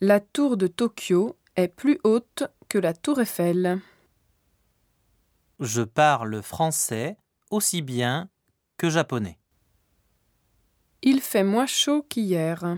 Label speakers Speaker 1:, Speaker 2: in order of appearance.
Speaker 1: La tour de Tokyo est plus haute que la tour Eiffel.
Speaker 2: Je parle français aussi bien que japonais.
Speaker 1: Il fait moins chaud qu'hier.